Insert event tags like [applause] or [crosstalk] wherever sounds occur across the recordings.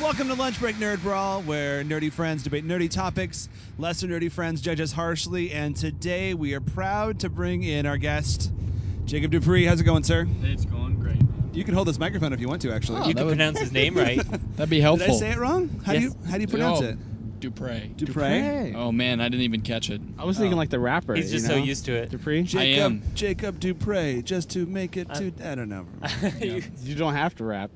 Welcome to Lunch Break Nerd Brawl, where nerdy friends debate nerdy topics, lesser nerdy friends judge us harshly, and today we are proud to bring in our guest, Jacob Dupree. How's it going, sir? It's going great. man. You can hold this microphone if you want to, actually. You- Oh, that you can would- pronounce his name right. That'd be did helpful. I say it wrong? How Yes. do you how do you pronounce Oh, it? Dupre. Dupre. Oh man, I didn't even catch it. I was thinking like the rapper. He's just you know? so used to it. Dupree. Jacob I am. Jacob Dupre, just to make it Uh, to I don't know. You don't have to rap.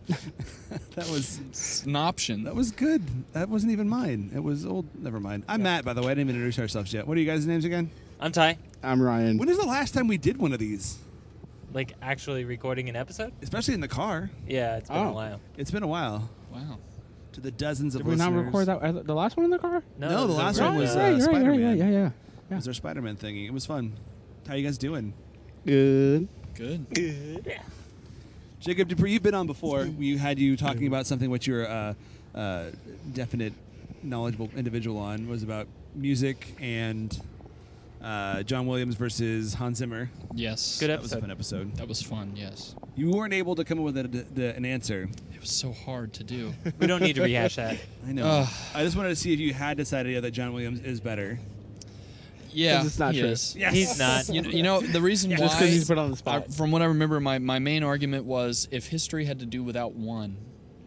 that was Snoption. that was good. That wasn't even mine. It was old. Never mind. I'm Matt, by the way. I didn't even introduce ourselves yet. What are you guys' names again? I'm Ty. [laughs] I'm Ryan. When is the last time we did one of these? Like actually recording an episode? Especially in the car. Yeah, it's been Oh. a while. It's been a while. wow. To the dozens of Did we not listeners. record that? uh, The last one in the car? No, No, it the last over one in was, the- yeah, uh, you're right, you're right, Spider-Man. yeah, yeah, It yeah. was our Spider-Man thingy. It was fun. How you guys doing? Good. Good. Jacob Dupree, you've been on before. We had you talking about something which you're a uh, uh, definite, knowledgeable individual on was about music and uh, John Williams versus Hans Zimmer. Yes. Good That was a episode. fun episode. That was fun. Yes. You weren't able to come up with a, the, an answer. It was so hard [laughs] to do. We don't need to rehash that. I know. Ugh. I just wanted to see if you had decided yet that John Williams is better. yeah. 'Cause it's not he true. is. Yes. He's not. You, you know the reason why. Just because he's put on the spot. I- from what I remember, my my main argument was if history had to do without one,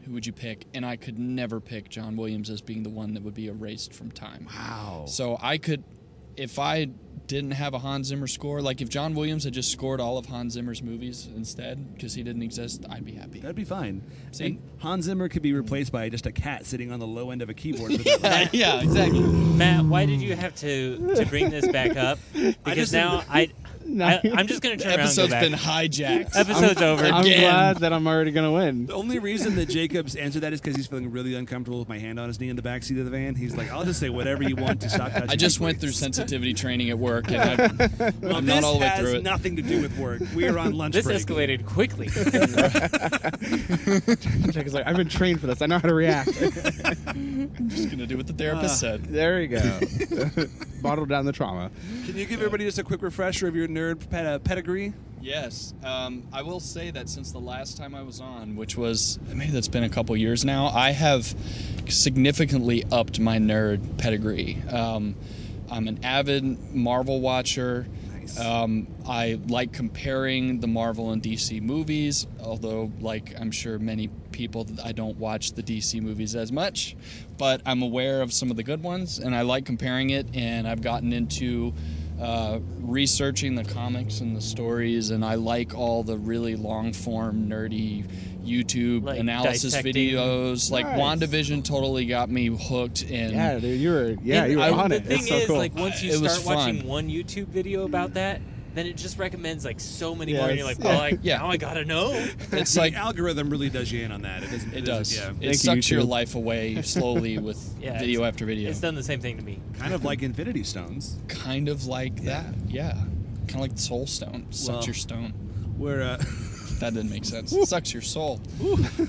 who would you pick? And I could never pick John Williams as being the one that would be erased from time. Wow. So I could, if I didn't have a Hans Zimmer score, like if John Williams had just scored all of Hans Zimmer's movies instead, because he didn't exist, I'd be happy. That'd be fine. See? And Hans Zimmer could be replaced by just a cat sitting on the low end of a [laughs] keyboard. For that yeah, [laughs] yeah, exactly. Matt, why did you have to to bring this back up? Because just- now I, No. I I'm just gonna The turn around and episode's go back. been [laughs] hijacked. Episode's over. I'm Again. glad that I'm already gonna win. [laughs] [laughs] The only reason that Jacobs answered that is because he's feeling really uncomfortable with my hand on his knee in the backseat of the van. He's like, "I'll just say whatever you want to stop touching." I just me, went through please." sensitivity training at work, and I'm, Well, I'm this not all the way has through it. nothing to do with work. We are on lunch This break. escalated quickly. Jack is like, I've been trained for this. I know how to react. just gonna do what the therapist Ah. Uh, said. there you go. [laughs] Bottle down the trauma. Can you give everybody just a quick refresher of your nerd ped- uh, pedigree? Yes, um, I will say that since the last time I was on, which was maybe that's been a couple years now, I have significantly upped my nerd pedigree. Um, I'm an avid Marvel watcher. Nice. Um, I like comparing the Marvel and DC movies, although, like I'm sure many people, I don't watch the DC movies as much, but I'm aware of some of the good ones, and I like comparing it. And I've gotten into uh, researching the comics and the stories, and I like all the really long form, nerdy YouTube Like analysis dissecting. videos. Like Nice. WandaVision totally got me hooked, and Yeah, dude, you were yeah, And you [laughs] were I- on the it. thing It's so is, cool. like, once you It was start watching fun. one YouTube video about that, then it just recommends like so many more, and you're Yes. like, well, I, Yeah. now I gotta know. it's The like algorithm really does you in on that. It doesn't. doesn't- It does. Yeah. It Thank you, sucks your YouTube. life [laughs] away slowly with [laughs] Yeah, video after video. It's done the same thing to me. Kind of like Infinity Stones, kind of like that. Yeah. Kind of like the soul stone. Sucks Well- your stone. where uh, [laughs] That didn't make sense. Sucks your soul.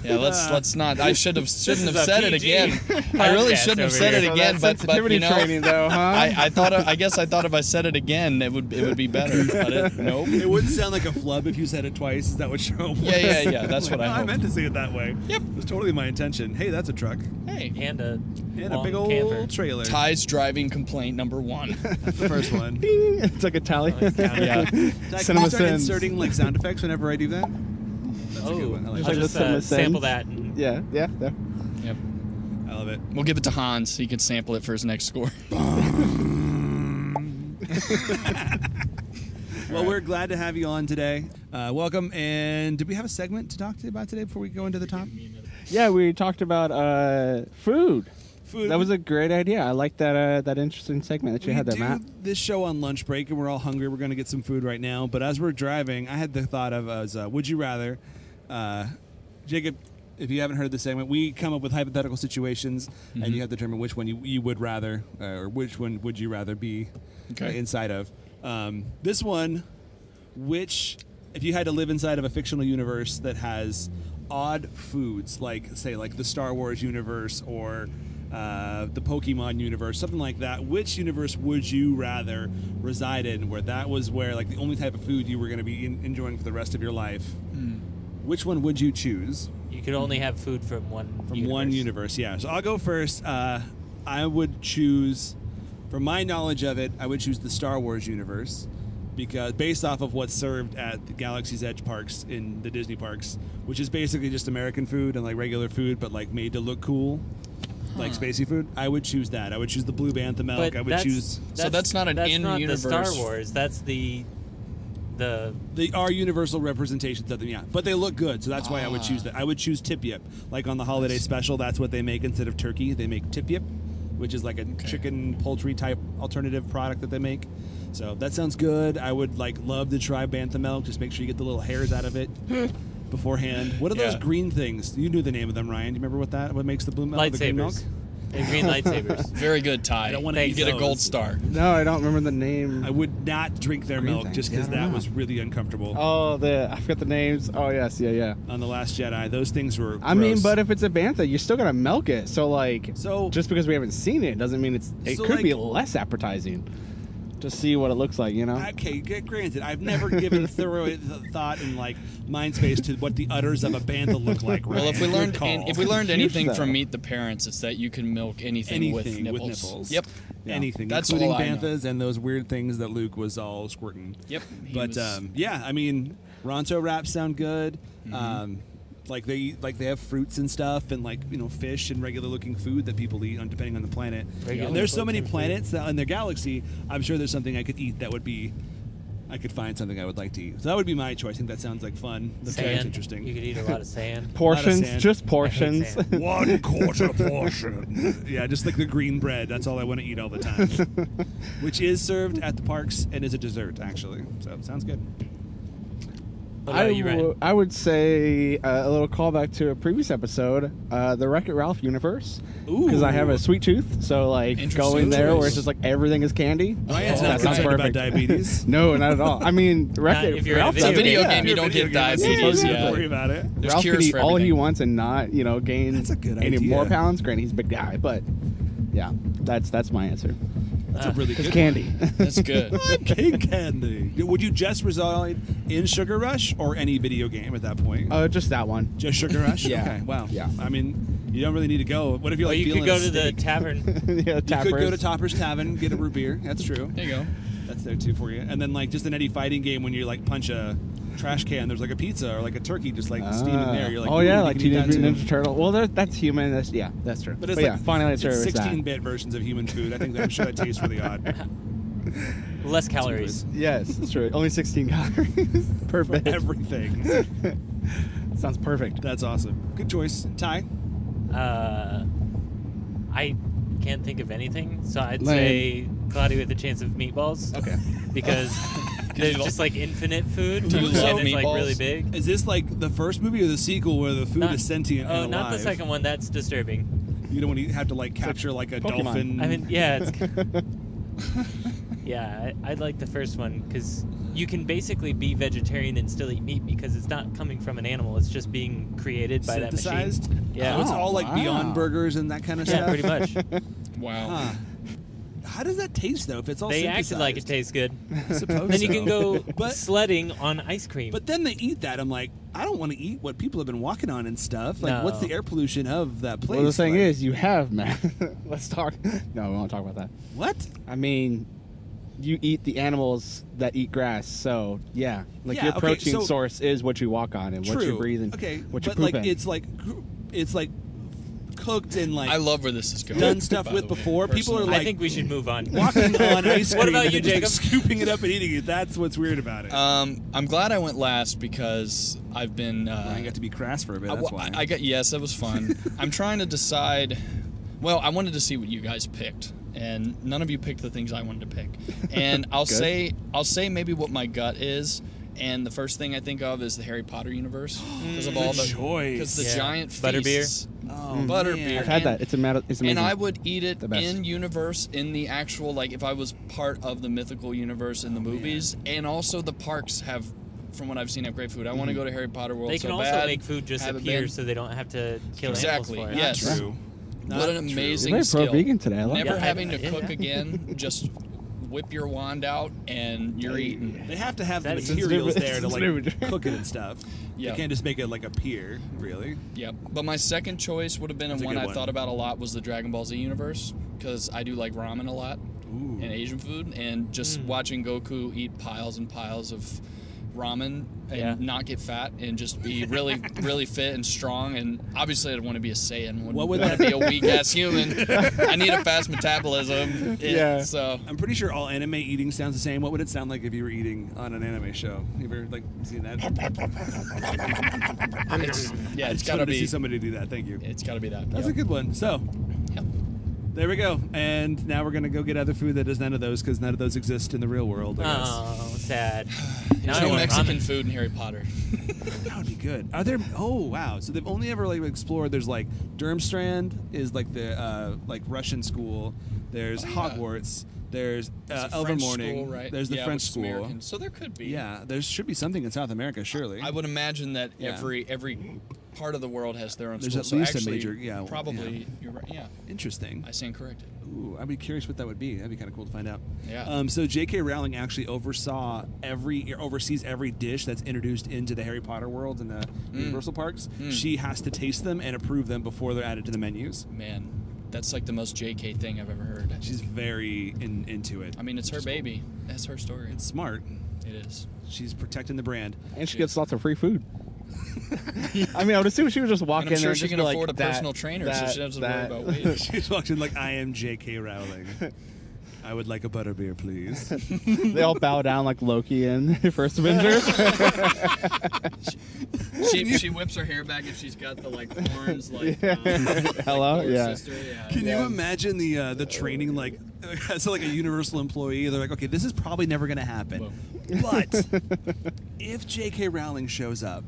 Yeah, let's let's not. I should [laughs] have shouldn't is have a said it PG again. I really podcast shouldn't have over said here. it So again. that but, but sensitivity you know, training, though, huh? I, I thought I guess I thought if I said it again, it would it would be better. But it, nope. it wouldn't sound like a flub if you said it twice. Is that what your hope Yeah, yeah, was? yeah, that's Like, what I "No, [laughs] I hoped." meant to say it that way. Yep. It was totally my intention. Hey, that's a truck. Hey, And a And a long big old camper. trailer. Ty's driving complaint number one. [laughs] The first one. [laughs] it's like a tally. Oh, it's down. [laughs] Yeah. Did I Cinema start Sins. inserting like sound effects whenever I do that? That's a good one. I I'll like Just like that. just the uh, Cinema Sins. sample that. And Yeah, yeah, yeah. Yep. I love it. We'll give it to Hans. He can sample it for his next score. [laughs] Well, we're glad to have you on today. Uh, welcome. And did we have a segment to talk to you about today before we go into the top? Yeah, we talked about uh, food. Food. That was a great idea. I like that uh, that interesting segment that you We had there, do Matt. this show on lunch break, and we're all hungry. We're going to get some food right now. But as we're driving, I had the thought of as uh, would you rather, uh, Jacob. If you haven't heard the segment, we come up with hypothetical situations, and you have to determine which one you, you would rather, uh, or which one would you rather be uh, Okay. inside of. Um, this one, which, if you had to live inside of a fictional universe that has odd foods, like say, like the Star Wars universe or uh, the Pokemon universe, something like that, which universe would you rather reside in, where that was where like the only type of food you were going to be in- enjoying for the rest of your life? Which one would you choose You could only have food from one from one universe? Yeah. So I'll go first. Uh, I would choose, from my knowledge of it, I would choose the Star Wars universe because based off of what's served at the Galaxy's Edge parks in the Disney parks, which is basically just American food and like regular food, but like made to look cool. Like spacey food, I would choose that. I would choose the blue bantha milk. But I would that's- choose So that's not an that's not in-universe- The Star Wars. That's the the They are universal representations of them, yeah. But they look good, so that's why I would choose Ah. that. I would choose tip yip. Like on the holiday special, that's what they make instead of turkey. They make tip yip, which is like a chicken poultry type alternative product that they make. So that sounds good. I would like love to try bantha milk. Just make sure you get the little hairs out of it Hmm. beforehand. What are those Yeah. green things? You knew the name of them, Ryan. Do you remember what that? What makes the blue milk? The green milk? lightsabers. The [laughs] green lightsabers. Very good, Ty. I don't wanna you eat get a those. [laughs] gold star. No, I don't remember the name. I would not drink their Green milk things, just yeah, I because don't that know. was really uncomfortable oh, the I forgot the names. Oh yes, yeah, yeah. on the Last Jedi. Those things were. I mean, gross. but if it's a bantha, you're still gonna milk it. So like, So- just because we haven't seen it doesn't mean it's. It So, could be like- less appetizing. Just see what it looks like, you know. Okay, g- granted, I've never given thorough th- thought and like mind space to what the udders of a bantha look like. Well, if we Ryan. Good learned call. if we learned Huge, anything though. from Meet the Parents, it's that you can milk anything, anything with, nipples. Yep. Yeah. anything, That's including all I know. banthas and those weird things that Luke was all squirting. Yep, he But was- um, yeah, I mean, Ronto wraps sound good. Mm-hmm. Um, like they like they have fruits and stuff and like you know fish and regular looking food that people eat on depending on the planet. Regular and there's so many looking food. planets that in their galaxy. I'm sure there's something I could eat that would be. I could find something I would like to eat. So that would be my choice. I think that sounds like fun. That sounds sand. interesting. You could eat a lot of [laughs] sand. sand. Portions, just I portions. hate sand. One quarter portion. yeah, just like the green bread. That's all I want to eat all the time. Which is served at the parks and is a dessert, actually. So sounds good. [laughs] What I about you, Ryan? w- I would say uh, a little callback to a previous episode, uh, the Wreck It Ralph universe, because I have Ooh. a sweet tooth. So like Interesting going there where choice. it's just like everything is candy. Ryan's that not sounds concerned about perfect. diabetes. [laughs] No, not at all. I mean, Wreck It if you're in a Ralph. video game. does- It's a video yeah. game, you don't Video get games. diabetes, You don't yeah. worry about it. There's Ralph can cures eat for all he everything. wants and not, you know, gain That's a good any idea. more pounds. Granted, he's a big guy, but yeah, that's that's my answer. That's a really Because good [laughs] candy. [laughs] That's good. one. King candy. Would you just reside in Sugar Rush or any video game at that point? uh, just that one. [laughs] just Sugar Rush? Yeah. Okay, wow. Yeah. I mean, you don't really need to go. What if you're Well, like you feeling could go a to the steak? [laughs] tavern. yeah, You could go to tappers. Topper's Tavern, get a root beer. That's true. There you go. That's there too for you. And then like just an Eddie fighting game when you like punch a trash can, there's like a pizza or like a turkey just like steaming there. You're like, oh "Ooh, yeah, you like can eat Teenage that too." Mutant Ninja Turtle. Well, there- that's human. That's yeah, that's true. But it's yeah, like finally it's, it's service that. [laughs] 16-bit versions of human food. I think that I'm sure that tastes really odd. Less calories. Yes, it's true. Only [laughs] 16 calories per bit. Everything. [laughs] Sounds perfect. That's awesome. Good choice, Ty. Uh, I can't think of anything, so I'd Lame. say cloudy with a chance of meatballs. Okay. [laughs] Because there's you lo- just like infinite food, Do you and love it's like really meatballs? big. Is this like the first movie or the sequel where the food Not- is sentient Oh, and alive? not the second one. That's disturbing. You don't want to have to like capture like a Pokemon. dolphin. I mean, yeah, it's [laughs] yeah. I, I like the first one because you can basically be vegetarian and still eat meat because it's not coming from an animal. It's just being created by synthesized. Oh. that machine. Yeah, So it's all like Oh, wow. Beyond Burgers and that kind of yeah, stuff. pretty much. [laughs] Wow. Huh. How does that taste though? If it's all they acted like it synthesized? tastes good. I suppose Then you can so. [laughs] go [laughs] But- sledding on ice cream. But then they eat that. I'm like, I don't want to eat what people have been walking on and stuff. Like, No. what's the air pollution of that place? Well, the thing Like, is, you have, man. [laughs] Let's talk. No, we won't talk about that. what? I mean, you eat the animals that eat grass, so yeah. Like Yeah, your okay, protein so- source is what you walk on and True. what you breathe and okay, what you but like, poop in. it's like, it's like cooked and like I love where this is going. Done stuff by with the way, before. People are personally. I like- think we should move on. [laughs] walking on ice cream. What about and you, just, like, Jacob? scooping it up and eating it. That's what's weird about it. Um, I'm glad I went last because I've been. Uh, I got to be crass for a bit. I- That's well, why. I, I got yes, that was [laughs] fun. I'm trying to decide. Well, I wanted to see what you guys picked, and none of you picked the things I wanted to pick. [laughs] And I'll Good. say, I'll say maybe what my gut is. And the first thing I think of is the Harry Potter [gasps] universe because of all Good the choice. because the Yeah. giant Butterbeer. feasts, Oh, man. butterbeer. I've and- had that. It's a matter. It's amazing. and I would eat it The best. in universe, in the actual like if I was part of the mythical universe Oh, in the movies, and also the parks have, from what I've seen, have great food. I want to Mm-hmm. go to Harry Potter World. They so can also bad. make food just Haven't appear been. so they don't have to kill Exactly, animals for yes. it. True. What an Not true. amazing You're very skill. pro-vegan today. I like Never [laughs] that. having Yeah, to I- cook yeah. again, just whip your wand out and you're eating. They have to have That the is- materials It's there to like nude. cook it and stuff. Yeah. They can't just make it like a pier, really. Yep. But my second choice would have been That's and a one good I one. thought about a lot was the Dragon Ball Z universe because I do like ramen a lot Ooh. and Asian food and just Hmm. watching Goku eat piles and piles of ramen and Yeah. not get fat and [laughs] just be really really fit and strong and obviously I'd want to be a Saiyan wouldn't What would want that- to be a weak ass human [laughs] I need a fast metabolism yeah Yeah. so I'm pretty sure all anime eating sounds the same. What would it sound like if you were eating on an anime show? You ever like seen that? yeah I it's just gotta wanted to be see somebody do that. Thank you. it's gotta be that That's a Yep. good one. So Yep. there we go. And now we're gonna go get other food that is none of those because none of those exist in the real world. I guess. [laughs] Oh, sad. Now There's I no want Mexican ramen. food in Harry Potter. That would be good. Are there? Oh wow! So they've only ever like explored. There's like Durmstrand is like the uh, like Russian school. There's Hogwarts. There's uh, Oh, It's a Elver French Morning. school, right? There's the Yeah, French which is school. American. So there could be. Yeah, there should be something in South America, surely. I would imagine that Yeah. every every part of the world has their own There's school. at so least a actually, major- yeah, well, Probably. yeah. You're right. Yeah. Interesting. I stand corrected. Ooh, I'd be curious what that would be. That'd be kind of cool to find out. Yeah. Um, so J.K. Rowling actually oversaw every or oversees every dish that's introduced into the Harry Potter world and the Mm. Universal parks. She has to taste them and approve them before they're added to the menus. Man, that's like the most JK thing I've ever heard. She's very in, into it. I mean, it's her baby. That's her story. it's It's, smart. it is. She's protecting the brand. [laughs] and she gets lots of free food. [laughs] I mean, I would assume she would just walk And I'm in sure there. and she just can be like, afford a "That- personal trainer, so that- she doesn't that." [laughs] worry about weight. She's watching like I am J.K. [laughs] Rowling. I would like a butterbeer, please. they all bow down like Loki in [laughs] [laughs] First Avengers. she, she whips her hair back if she's got the [laughs] like horns, like um, like Hello? Thor's Yeah. sister, yeah. Can you Yeah. imagine the uh, the training like [laughs] so like a universal employee? They're like, okay, this is probably never going to happen, but [laughs] if J.K. Rowling shows up,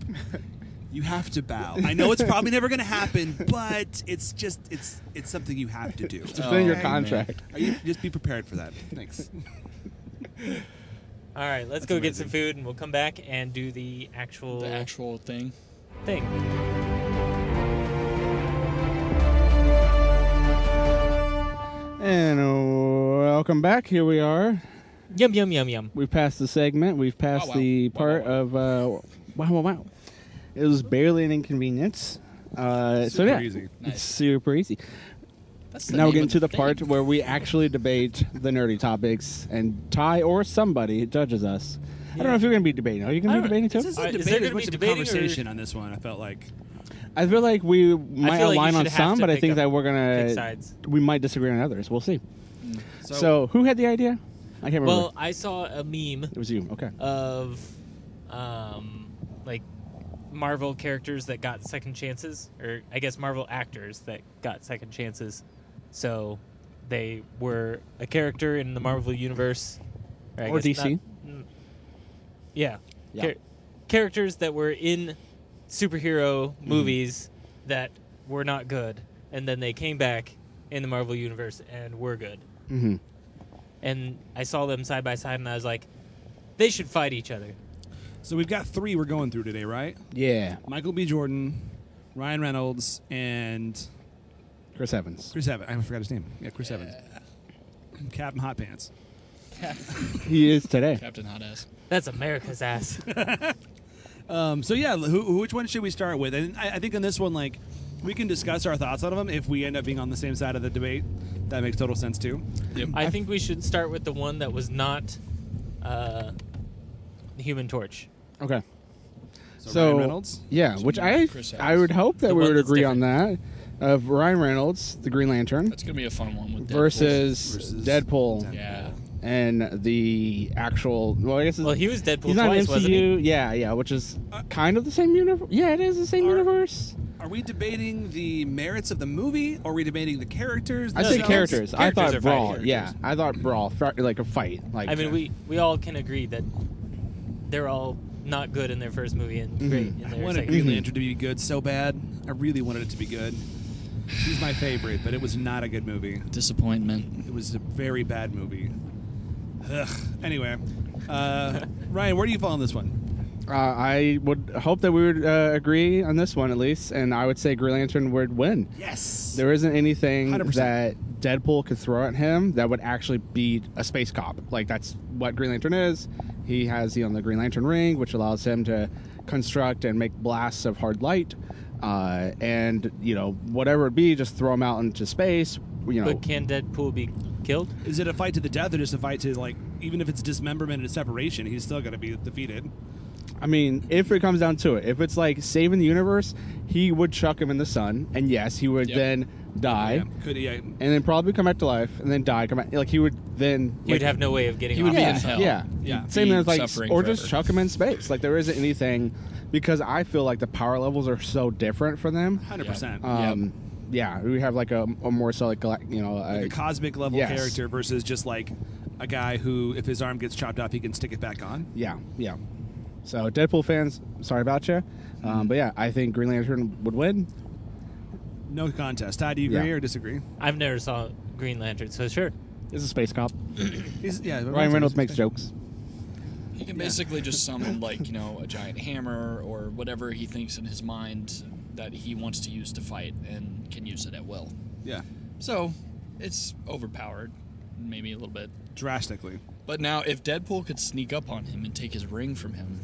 you have to bow. I know it's probably never going to happen, but it's just it's it's something you have to [laughs] do. It's in your Oh, Okay? contract. Are you just be prepared for that? Thanks. All right, That's let's go get amazing. some food, and we'll come back and do the actual, The actual thing. thing. And uh, welcome back. Here we are. Yum yum yum yum. We've passed the segment. We've passed Wow, wow. the Wow, part wow, wow. of uh, wow, wow, wow. It was barely an inconvenience. Uh, so yeah, easy. Nice. it's super easy. That's now we're name getting of to the thing. part where we actually debate the nerdy topics, and Ty or somebody judges us. I don't know if you're going to be debating. Are you going I to be don't- debating This too? isn't Uh, is debate there as gonna be much as a debating or- conversation on this one. I felt like I feel like we might like you align on should have some, to but I pick think up- that we're pick going sides. we might disagree on others. We'll see. so. So, who had the idea? I can't remember. Well, uh, I saw a meme it was you. Okay. of um, like Marvel characters that got second chances, or I guess Marvel actors that got second chances. So they were a character in the Marvel universe, I Or guess not- DC. mm, yeah, Yeah. Char- characters that were in superhero Mm-hmm. movies that were not good, and then they came back in the Marvel universe and were good hmm and I saw them side by side, and I was like, they should fight each other. so we've got three we're going through today, right? Yeah. Michael B. Jordan, Ryan Reynolds, and Chris Evans. Chris Evans. I forgot his name. Yeah, Chris Evans. Captain Hot Pants. He is today. Captain Hot Ass. That's America's [laughs] ass. Um, so yeah, who, who- which one should we start with? And I, I think on this one, like, we can discuss our thoughts on them if we end up being on the same side of the debate. That makes total sense too. Yep. I think we should start with the one that was not uh, Human Torch. Okay. So, So Ryan Reynolds. Yeah, which I Chris I Evans. would hope that The we one would that's agree on that. Of Ryan Reynolds, the Green Lantern, That's gonna be a fun one with Deadpool. versus, Versus Deadpool Deadpool. Yeah. and the actual. Well, I guess it's, Well, he was Deadpool he's not twice, MCU. wasn't he? Yeah, yeah, which is Uh, kind of the same universe. Yeah, it is the same Are- universe. Are we debating the merits of the movie? Or are we debating the characters? I said themselves? characters. I characters thought are fighting brawl. Yeah, I thought brawl, fi- like a fight. Like I mean, we we all can agree that they're all not good in their first movie and Mm-hmm. great in I their wanted second. Green Lantern to be good so bad. I really wanted it to be good. He's my favorite, but it was not a good movie. Disappointment. It was a very bad movie. Ugh. Anyway, uh, Ryan, where do you fall on this one? Uh, I would hope that we would uh, agree on this one at least, and I would say Green Lantern would win. Yes. There isn't anything 100%. that Deadpool could throw at him that would actually beat a space cop. Like that's what Green Lantern is. He has the on the Green Lantern ring, which allows him to construct and make blasts of hard light, uh, and you know whatever it be, just throw him out into space. You know, But can Deadpool be killed? Is it a fight to the death or just a fight to like even if it's dismemberment and separation, he's still gonna be defeated. I mean, if it comes down to it, if it's like saving the universe, he would chuck him in the sun, and yes, he would Yep. then die. Yeah. Could he I, And then probably come back to life, and then die. Come back, like he would then. He would like- have no way of getting. He would off be that in stuff. hell. Yeah, Yeah. Same Be as like, suffering or just forever. chuck him in space. Like there isn't anything, because I feel like the power levels are so different for them. hundred percent. Yeah. Um, yeah, we have like a, a more so like galac- you know, Like a a, cosmic level Uh, yes. character versus just like a guy who if his arm gets chopped off he can stick it back on. yeah, yeah. So Deadpool fans, sorry about you, um, but yeah, I think Green Lantern would win. No contest. Todd, do you agree Yeah. or disagree? I've never saw Green Lantern, so sure. Is a space cop. He's, yeah, Ryan Reynolds makes jokes. He can basically just summon like you know a giant hammer or whatever he thinks in his mind that he wants to use to fight and can use it at will. Yeah, So it's overpowered, maybe a little bit. drastically. But now if Deadpool could sneak up on him and take his ring from him,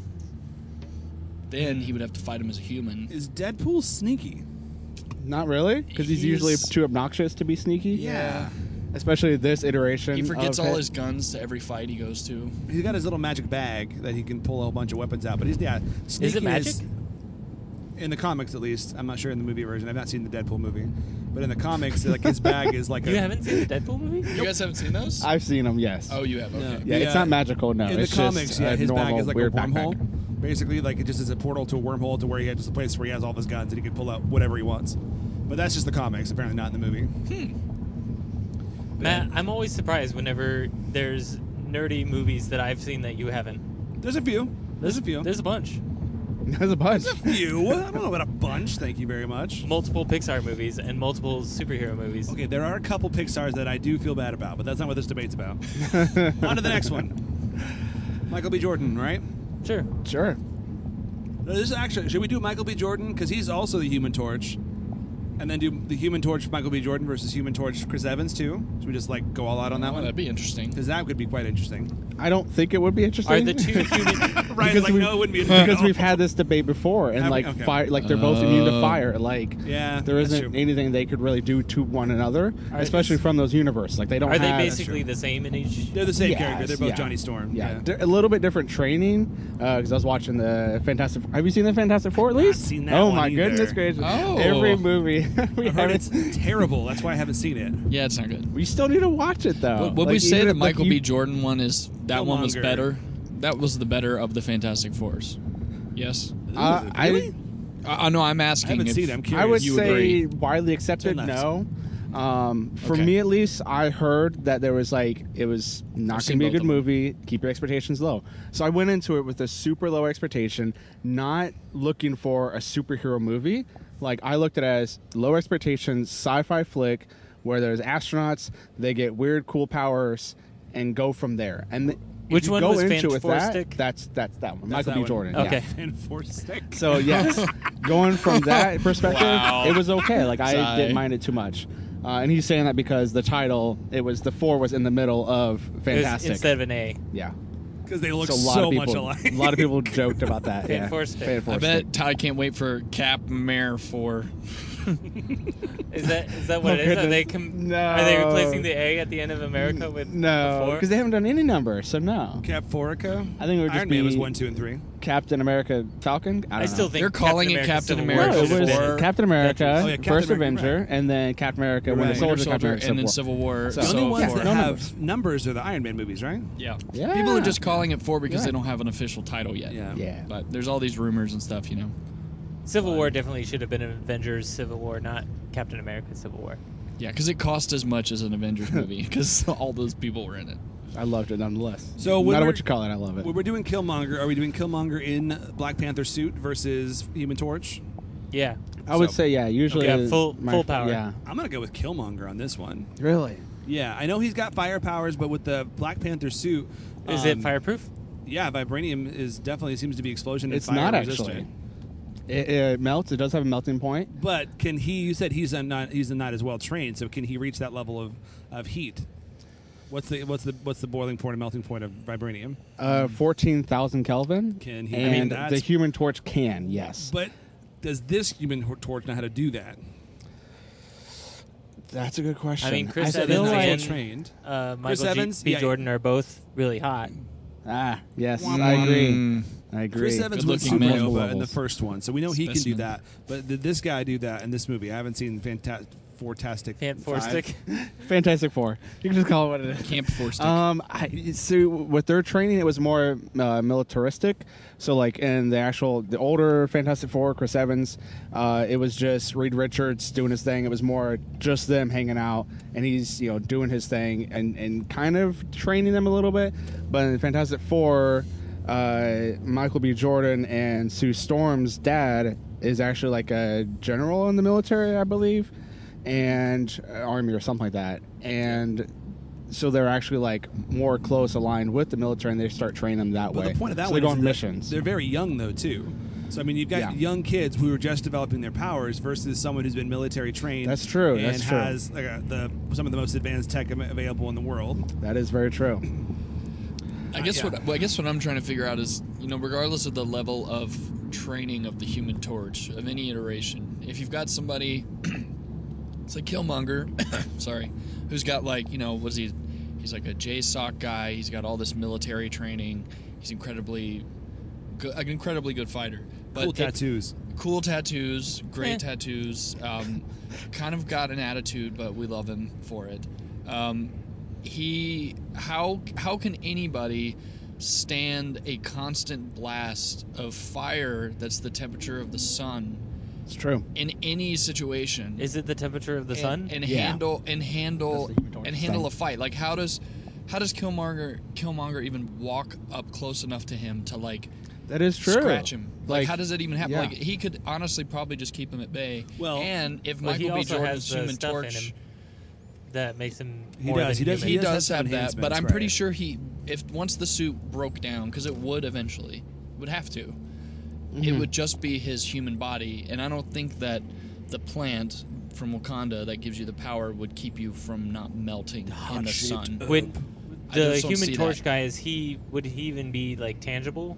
then he would have to fight him as a human. Is Deadpool sneaky? Not really, because he's He's- usually too obnoxious to be sneaky. Yeah. especially this iteration. He forgets of all it. his guns to every fight he goes to. He's got his little magic bag that he can pull a whole bunch of weapons out. But he's yeah, sneaky Is it magic? in the comics, at least, I'm not sure in the movie version. I've not seen the Deadpool movie, but in the comics, like his bag is like [laughs] You a, haven't seen the Deadpool movie? You guys haven't seen those? I've seen him. Yes. oh, [laughs] you have. Okay. No. Yeah, Yeah. it's not magical. No, in it's the comics. just Yeah, a his normal bag is like a weird wormhole. backpack. Basically, like it just is a portal to a wormhole to where he has just a place where he has all of his guns and he can pull out whatever he wants. But that's just the comics. Apparently, not in the movie. Matt, I'm always surprised whenever there's nerdy movies that I've seen that you haven't. There's a few. There's a few. There's a bunch. There's a bunch. [laughs] few. I don't know about a bunch. Thank you very much. Multiple Pixar movies and multiple superhero movies. Okay, there are a couple Pixars that I do feel bad about, but that's not what this debate's [laughs] about. On to the next one. Michael B. Jordan, right? Sure. Sure. No, This is actually should we do Michael B. Jordan because he's also the Human Torch, and then do the Human Torch Michael B. Jordan versus Human Torch Chris Evans too? Should we just like go all out on that Oh, one? that'd be interesting. Because that could be quite interesting. I don't think it would be interesting. Are the [laughs] two human? Ryan's like, we've- no, it wouldn't be interesting. [laughs] because we've had this debate before, and Have we? like Okay. Oh. fire, like they're both immune to fire. Like, Yeah, there that's true. isn't anything they could really do to one another, Are- especially from those universe. Like, they don't. Are they have- basically the same in [laughs] each? They're the same Yes, character. They're both yeah. Johnny Storm. Yeah, Di- a little bit different training because I was watching the Fantastic. Have you seen the Fantastic Four at least? seen that oh one my either. goodness gracious! Oh. Every movie [laughs] we I've heard haven't- it's terrible. That's why I haven't seen it. Yeah, it's not good. We still need to watch it though. Would, would we Um, Like, say even the if, like, Michael you- B. Jordan one is that one was Killmonger. better? That was the better of the Fantastic Fours. Yes. Uh, I- Really? I uh, no, I'm asking. I haven't if seen it. I'm I curious. would You say agree. widely accepted. Till next. No, um, for Okay. me at least, I heard that there was like it was not seen going to be a both good of them. movie. Keep your expectations low. So I went into it with a super low expectation, not looking for a superhero movie. Like I looked at it as low expectations sci-fi flick where there's astronauts, they get weird cool powers, and go from there. And th- if Which you one go was into it with that, Fantastic? that's that's that one. That's Michael that B. one. Jordan. Okay. yeah. [laughs] And for six. So yes, going from [laughs] that perspective, Wow. it was okay. Like I Sigh. didn't mind it too much. Uh, and he's saying that because the title, it was the four was in the middle of It was fantastic. Instead of an A. yeah, Because they look So so, a lot of much people, alike. a lot of people joked about [laughs] that. yeah. Fantastic. I Fantastic. bet Ty can't wait for Cap Mare Four. Is that is that what Oh, it is? Are they goodness. com- No. Are they replacing the A at the end of America with No, Before? because they haven't done any number, so no. Cap Forica. I think it would just Iron Man was be- one, two, and three. Captain America, Falcon. I, I don't still know. think They're calling it Captain Civil War No, America should it have was been four. Captain America, Oh, yeah, Captain first America, Avenger, right. and then Captain America, Winter Right. Soldier, Winter Captain Soldier, America, and then Civil War. Civil War. So- The only so ones four. that no have numbers are the Iron Man movies, right? yeah. Yeah. People are just calling it four because Yeah. they don't have an official title yet. Yeah. Yeah. But there's all these rumors and stuff, you know. Civil War definitely should have been Avengers Civil War, not Captain America Civil War. Yeah, because it cost as much as an Avengers movie [laughs] because all those people were in it. I loved it nonetheless. So no when matter we're- what you call it, I love it. When we're doing Killmonger, are we doing Killmonger in Black Panther suit versus Human Torch? Yeah. I would So- say yeah. Usually, Okay, full- my- full power. Yeah, I'm gonna go with Killmonger on this one. really. Yeah, I know he's got fire powers, but with the Black Panther suit, Is um, it fireproof? yeah, vibranium is definitely seems to be explosion. And It's fire not resistant. actually. It, it melts. It does have a melting point. But can he? You said he's uh, not he's not as well trained. So can he reach that level of, of heat? What's the what's the what's the boiling point and melting point of vibranium? Uh, fourteen thousand Kelvin. Can he- I mean, And the that's- Human Torch can. Yes. But does this human hor- torch know how to do that? That's a good question. I mean, Chris said Evans he's not well and trained. uh, Michael Chris G- Evans, B. yeah. Jordan are both really hot. Ah, yes, Womp I agree. Hmm. Mm, I agree. Chris Evans was Good-looking man. supernova in the Levels. first one, so we know he can do Specimen. that. But did this guy do that in this movie? I haven't seen Fantastic. Fantastic. Fan Forstic. Fantastic Four. You can just call it what it is. Camp Force. Um, I, so with their training, it was more uh, militaristic. So like in the actual, the older Fantastic Four, Chris Evans, uh, it was just Reed Richards doing his thing. It was more just them hanging out, and he's you know doing his thing and and kind of training them a little bit. But in Fantastic Four, uh, Michael B. Jordan and Sue Storm's dad is actually like a general in the military, I believe, and uh, army or something like that, and so they're actually like more close aligned with the military and they start training them that Well, way. the point of that so one they go is on that missions. They're very young though too. So I mean, you've got Yeah. young kids who are just developing their powers versus someone who's been military trained. That's true, And that's true. has like, uh, the some of the most advanced tech am- available in the world. That is very true. I guess yeah. what well, I guess what I'm trying to figure out is, you know, regardless of the level of training of the Human Torch of any iteration, if you've got somebody, [clears throat] it's like Killmonger, [coughs] sorry, who's got like, you know, was he? He's like a JSOC guy. He's got all this military training. He's incredibly, good, an incredibly good fighter. But cool it- tattoos. cool tattoos, great Eh. tattoos. Um, kind of got an attitude, but we love him for it. Um, he, how how can anybody stand a constant blast of fire that's the temperature of the sun It's true. in any situation? Is it the temperature of the and, sun? and Yeah. handle and handle That's the human torch and handle thing. a fight. Like how does how does Killmonger Killmonger even walk up close enough to him to like That is true. scratch him. Like, how does that even happen? yeah. Like he could honestly probably just keep him at bay. Well- and if Well, he Michael B. also Jordan's has the Human stuff in Torch, him that makes him He more does, than he does- human. he does have have that, but enhancements, I'm pretty right. sure he if once the suit broke down because it would eventually would have to, it would just be his human body, and I don't think that the plant from Wakanda that gives you the power would keep you from not melting in the shit. sun. Uh, Would I the just don't Human see Torch that. guy is he? Would he even be like tangible?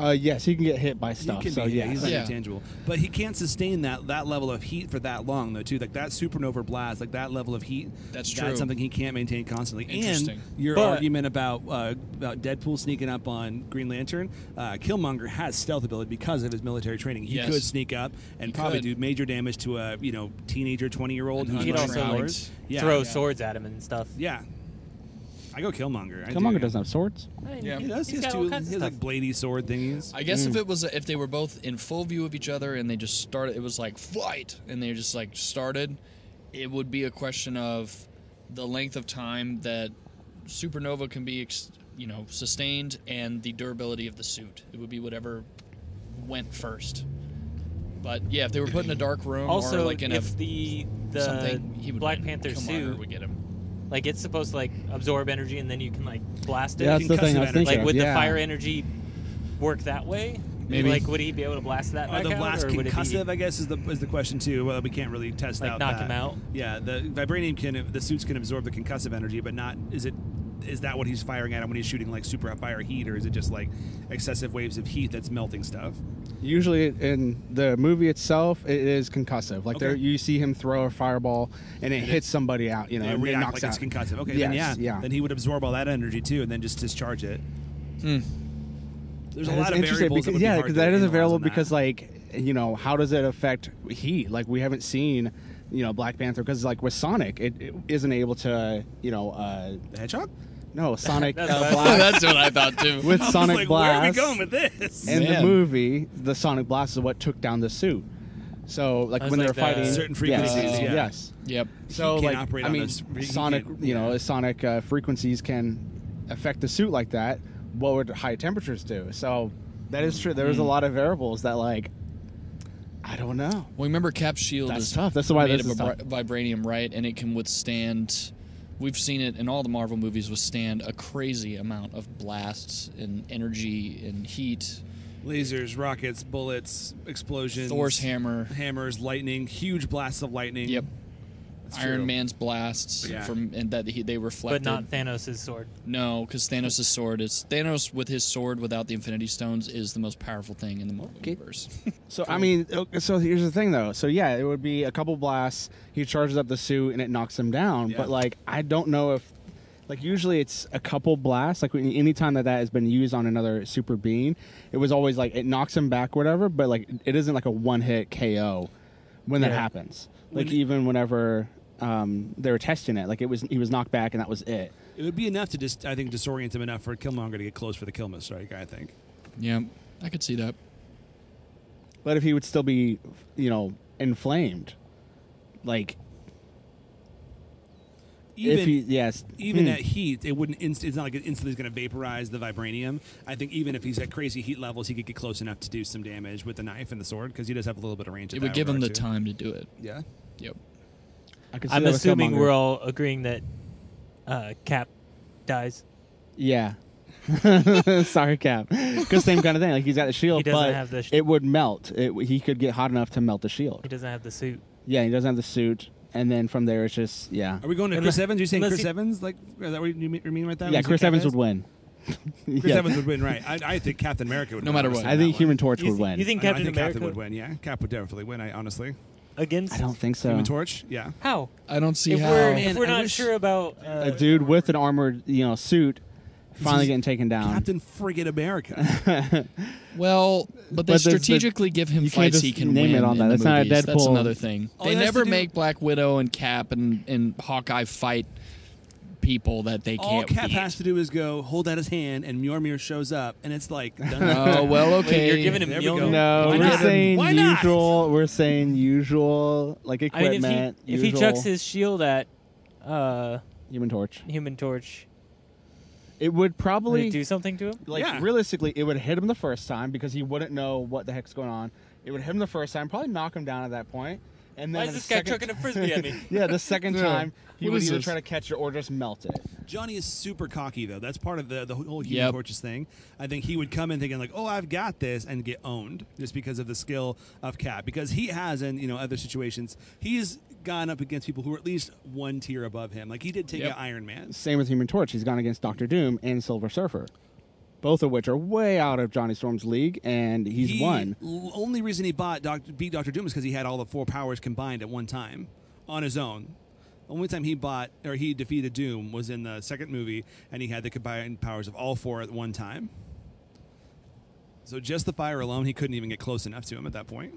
Uh, yes, he can get hit by stuff. He can so be, yeah, he's not Yeah. intangible, but he can't sustain that that level of heat for that long though too. Like that supernova blast, like that level of heat. That's true. That's something he can't maintain constantly. And Interesting. your But- argument about uh, about Deadpool sneaking up on Green Lantern, uh, Killmonger has stealth ability because of his military training. He Yes. could sneak up and He probably could. do major damage to a you know teenager, twenty year old And who's He'd running also around. like hours. yeah, throw yeah. swords at him and stuff. Yeah, I go Killmonger. I Killmonger do. doesn't have swords. I mean, Yeah. He does. He he's has got two. all He kinds has of like stuff. bladey sword thingies. I guess if it was if they were both in full view of each other and they just started, it was like fight, and they just like started. It would be a question of the length of time that supernova can be, ex- you know, sustained, and the durability of the suit. It would be whatever went first. But yeah, if they were put in a dark room Also, or like in if a the the something, he would Black win. Panther Killmonger suit, would get him. [laughs] like it's supposed to like absorb energy and then you can like blast it. Yeah, that's the thing I was Concussive thinking. like of, would yeah. the fire energy work that way? Maybe. Like would he be able to blast that Or back Oh, the out, blast or would it be- concussive, I guess, is the is the question too. Well, we can't really test Like out knock that. him out? Yeah, the vibranium can the suits can absorb the concussive energy, but not is it is that what he's firing at him when he's shooting like super hot fire heat, or is it just like excessive waves of heat that's melting stuff? Usually in the movie itself, it is concussive. Like there, Okay. you see him throw a fireball and it hits somebody out. You know, And and it react knocks like it's out. concussive. Okay, then yeah, Yes, yeah. then he would absorb all that energy too, and then just discharge it. Hmm. There's a That lot is of interesting variables. that because- would be yeah, hard because to that is analyze available on that. because like you know how does it affect heat? Like we haven't seen you know Black Panther because like with Sonic it, it isn't able to you know uh the hedgehog. [laughs] no Sonic That's uh, what I- Blast That's what I thought too. [laughs] with I was Sonic like, Blast Where are we going with this? in the Man. movie the Sonic Blast is what took down the suit. So like That's when like they were the- fighting Certain yes, frequencies, yeah. yes. Yep. So can't like operate I on mean those- he Sonic can't- you know Sonic uh, frequencies can affect the suit like that. What would high temperatures do? So that is true. There's a Hmm. lot of variables that like I don't know. Well, remember Cap's shield That's is tough. That's why made this of is vibra- vibranium, right? And it can withstand We've seen it in all the Marvel movies withstand a crazy amount of blasts and energy and heat. Lasers, rockets, bullets, explosions. Thor's hammer, Hammers, lightning, huge blasts of lightning. yep, It's Iron true. Man's blasts Yeah. from and that he, they but reflected. not Thanos' sword. no, because Thanos' sword is Thanos with his sword without the Infinity Stones is the most powerful thing in the Marvel [laughs] universe. So I mean, okay, so here's the thing though. So yeah, it would be a couple blasts. He charges up the suit and it knocks him down. Yeah. But like, I don't know if, like, usually it's a couple blasts. Like, when- any time that that has been used on another super being, it was always like it knocks him back, whatever. But like, it isn't like a one hit KO when that Yeah. happens. Like even whenever um, they were testing it, like it was he was knocked back and that was it. It would be enough to just, I think, disorient him enough for Killmonger to get close for the Killmonger strike. I think. yeah, I could see that. But if he would still be, you know, inflamed, like Even if he yes, even Hmm. at heat, it wouldn't. Inst- it's not like it instantly is going to vaporize the vibranium. I think even if he's at crazy heat levels, he could get close enough to do some damage with the knife and the sword because he does have a little bit of range. It in would that give him the regard, too. time to do it. Yeah. Yep. I could see I'm that with assuming Killmonger. we're all agreeing that uh, Cap dies. Yeah. [laughs] Sorry, Cap. Because same kind of thing. Like he's got the shield, He doesn't but have the sh- it would melt. It, he could get hot enough to melt the He shield. doesn't have the suit. Yeah, he doesn't have the suit, and then from there it's just yeah, Are we going to Chris Unless- Evans? You're saying unless Chris he- Evans? Like, is that what you mean, you mean right there? yeah. Chris Evans would win. Chris [laughs] Yeah. Evans would win, right? I, I think Captain America would. No win, matter honestly, what. I on think that Human one. Torch You would thi- win. you think I, I Captain think America Captain would win. Yeah, Cap would definitely win. I honestly. against I don't think so. Human Torch. Yeah. how? I don't see If how. we're Man, if we're I not wish- sure about uh, A dude with an armored, you know, suit, finally getting taken down. Captain friggin' America. Well, but they But there's the- strategically give him you can't fights he just can name win. it on in that. the That's not a movies. That's Deadpool- another thing. All they he has to never do- make Black Widow and Cap and, and Hawkeye fight people that they All can't Cap beat. has to do is go hold out his hand, and Mjolnir shows up, and it's like. Done. Oh well, okay. you're giving him There we go. Mjolnir? no, Why we're not? saying Why not? usual. We're saying usual, like I mean, equipment. if he if he usual chucks his shield at uh, Human Torch, Human Torch, it would would probably it do something to him? like Yeah. realistically, it would hit him the first time because he wouldn't know what the heck's going on. It would hit him the first time, probably knock him down at that point, and then Why is the this guy second- chucking a [laughs] frisbee at me? yeah, the second Yeah. time he What would is either this? try to catch it or just melt it. Johnny is super cocky though. That's part of the the whole human Yep. torches thing. I think he would come in thinking like, "Oh, I've got this," and get owned just because of the skill of Cap. Because he has, in you know other situations, he's gone up against people who are at least one tier above him. Like he did take Yep. out Iron Man. Same with Human Torch. He's gone against Doctor Doom and Silver Surfer, both of which are way out of Johnny Storm's league, and he's he, won. l- only reason he bought Doc- beat Doctor Doom is because he had all the four powers combined at one time on his own. The only time he bought or he defeated Doom was in the second movie, and he had the combined powers of all four at one time. So just the fire alone, he couldn't even get close enough to him at that point.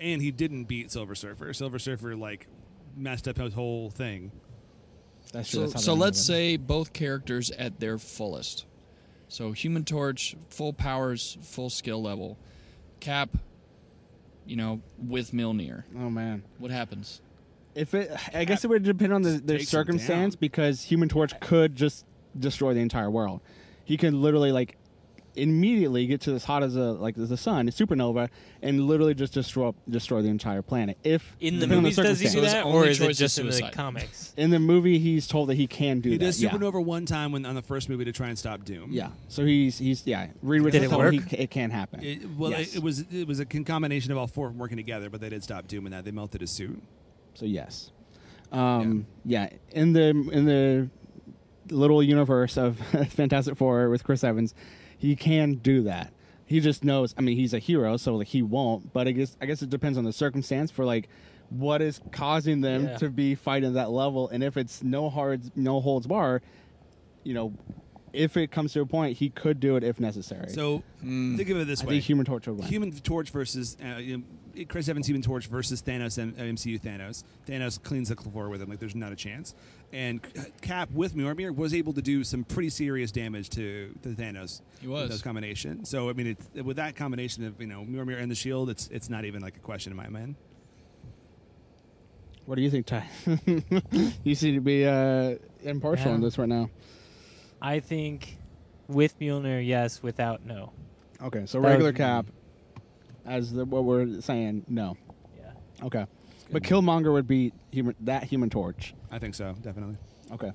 And he didn't beat Silver Surfer. Silver Surfer like messed up his whole thing. That's So, that's how so that let's happened. say both characters at their fullest. So Human Torch, full powers, full skill level. Cap, you know, with Milnir. Oh man. What happens? [sighs] If it, I guess it would depend on the, the Takes 'em circumstance down. because Human Torch could just destroy the entire world. He could literally like immediately get to as hot as a like as the sun, a supernova, and literally just destroy destroy the entire planet. If In the depending on movies, does he do circumstance. his that, only or is it choice is just in the suicide. comics? In the movie, he's told that he can do He that. does yeah. supernova one time when on the first movie to try and stop Doom. Yeah. So he's he's yeah. Reed Did it Richards told him work? He, it can happen. It, well, Yes. it, it was it was a con- combination of all four of them working together, but they did stop Doom in that. They melted his suit. So yes, um, yeah. In the in the little universe of [laughs] Fantastic Four with Chris Evans, he can do that. He just knows. I mean, he's a hero, so like he won't. But I guess I guess it depends on the circumstance for like what is causing them Yeah. to be fighting that level, and if it's no hard, no holds bar, you know, if it comes to a point, he could do it if necessary. So think of it this Hmm. I way: think Human Torch would win. Human Torch versus uh, you know, Chris Evans, Human Torch versus Thanos and uh, MCU Thanos. Thanos cleans the floor with him like there's not a chance. And C- uh, Cap with Mjolnir was able to do some pretty serious damage to, to Thanos. He was. with those combination. So I mean, it's, with that combination of you know Mjolnir and the shield, it's it's not even like a question in my mind. what do you think, Ty? [laughs] you seem to be uh, impartial Yeah. on this right now. I think with Mjolnir, yes. Without, no. Okay, so That regular would- cap, as the, what we're saying, no. Yeah. Okay, but Killmonger would be human, that Human Torch. I think so, definitely. Okay.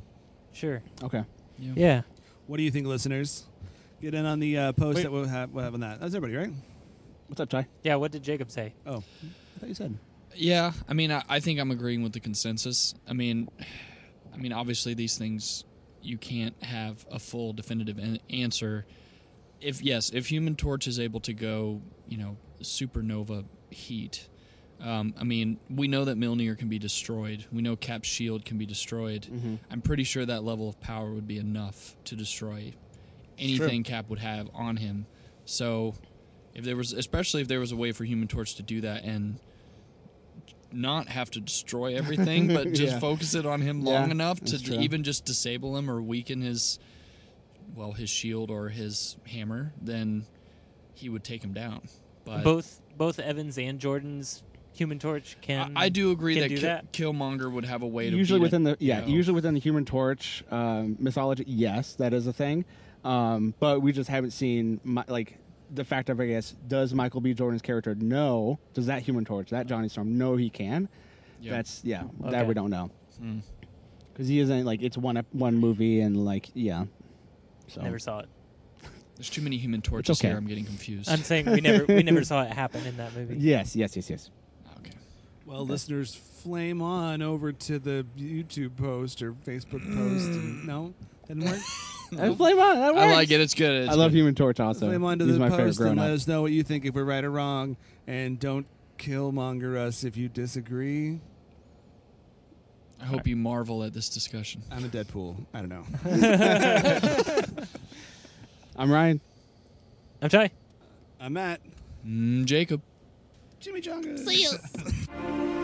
Sure. Okay. Yeah. What do you think, listeners? Get in on the uh, post Wait. that we'll have, we'll have on that. That's everybody, right? What's up, Ty? Yeah. What did Jacob say? Oh, I thought you said. Yeah, I mean, I, I think I'm agreeing with the consensus. I mean, I mean, obviously these things you can't have a full definitive an- answer. If yes, if Human Torch is able to go, you know, supernova heat. Um, I mean, we know that Milnir can be destroyed. We know Cap's shield can be destroyed. I'm pretty sure that level of power would be enough to destroy anything Cap would have on him. So, if there was, especially if there was a way for Human Torch to do that and not have to destroy everything, [laughs] but just Yeah. focus it on him Yeah, long enough to that's true. even just disable him or weaken his, well, his shield or his hammer, then he would take him down. But both both Evans and Jordan's Human Torch I, can. I do agree can that, do Ki- that. Killmonger would have a way to usually beat it, within the you yeah, know. usually within the Human Torch um, mythology. Yes, that is a thing, um, but we just haven't seen my, like the fact of I guess does Michael B. Jordan's character know? Does that Human Torch, that Johnny Storm, know he can? Yeah. That's yeah, Okay. that we don't know Mm. because he isn't like it's one ep- one movie and like yeah, so Never [laughs] saw it. There's too many human torches okay. here. I'm getting confused. I'm saying we never we never saw it happen in that movie. yes, yes, yes, yes. okay. Well, listeners, flame on over to the YouTube post or Facebook [clears throat] post. no, didn't work. Uh, Flame on, [laughs] that I works. like it. It's good. It's I love good. Human Torch also. flame on to He's the my favorite post and grown let up. us know what you think if we're right or wrong, and don't killmonger us if you disagree. I hope you marvel at this discussion. I'm a Deadpool. I don't [laughs] know. I'm Ryan. I'm Ty. I'm at Mm, Jacob. Jimmy Jongas. See ya.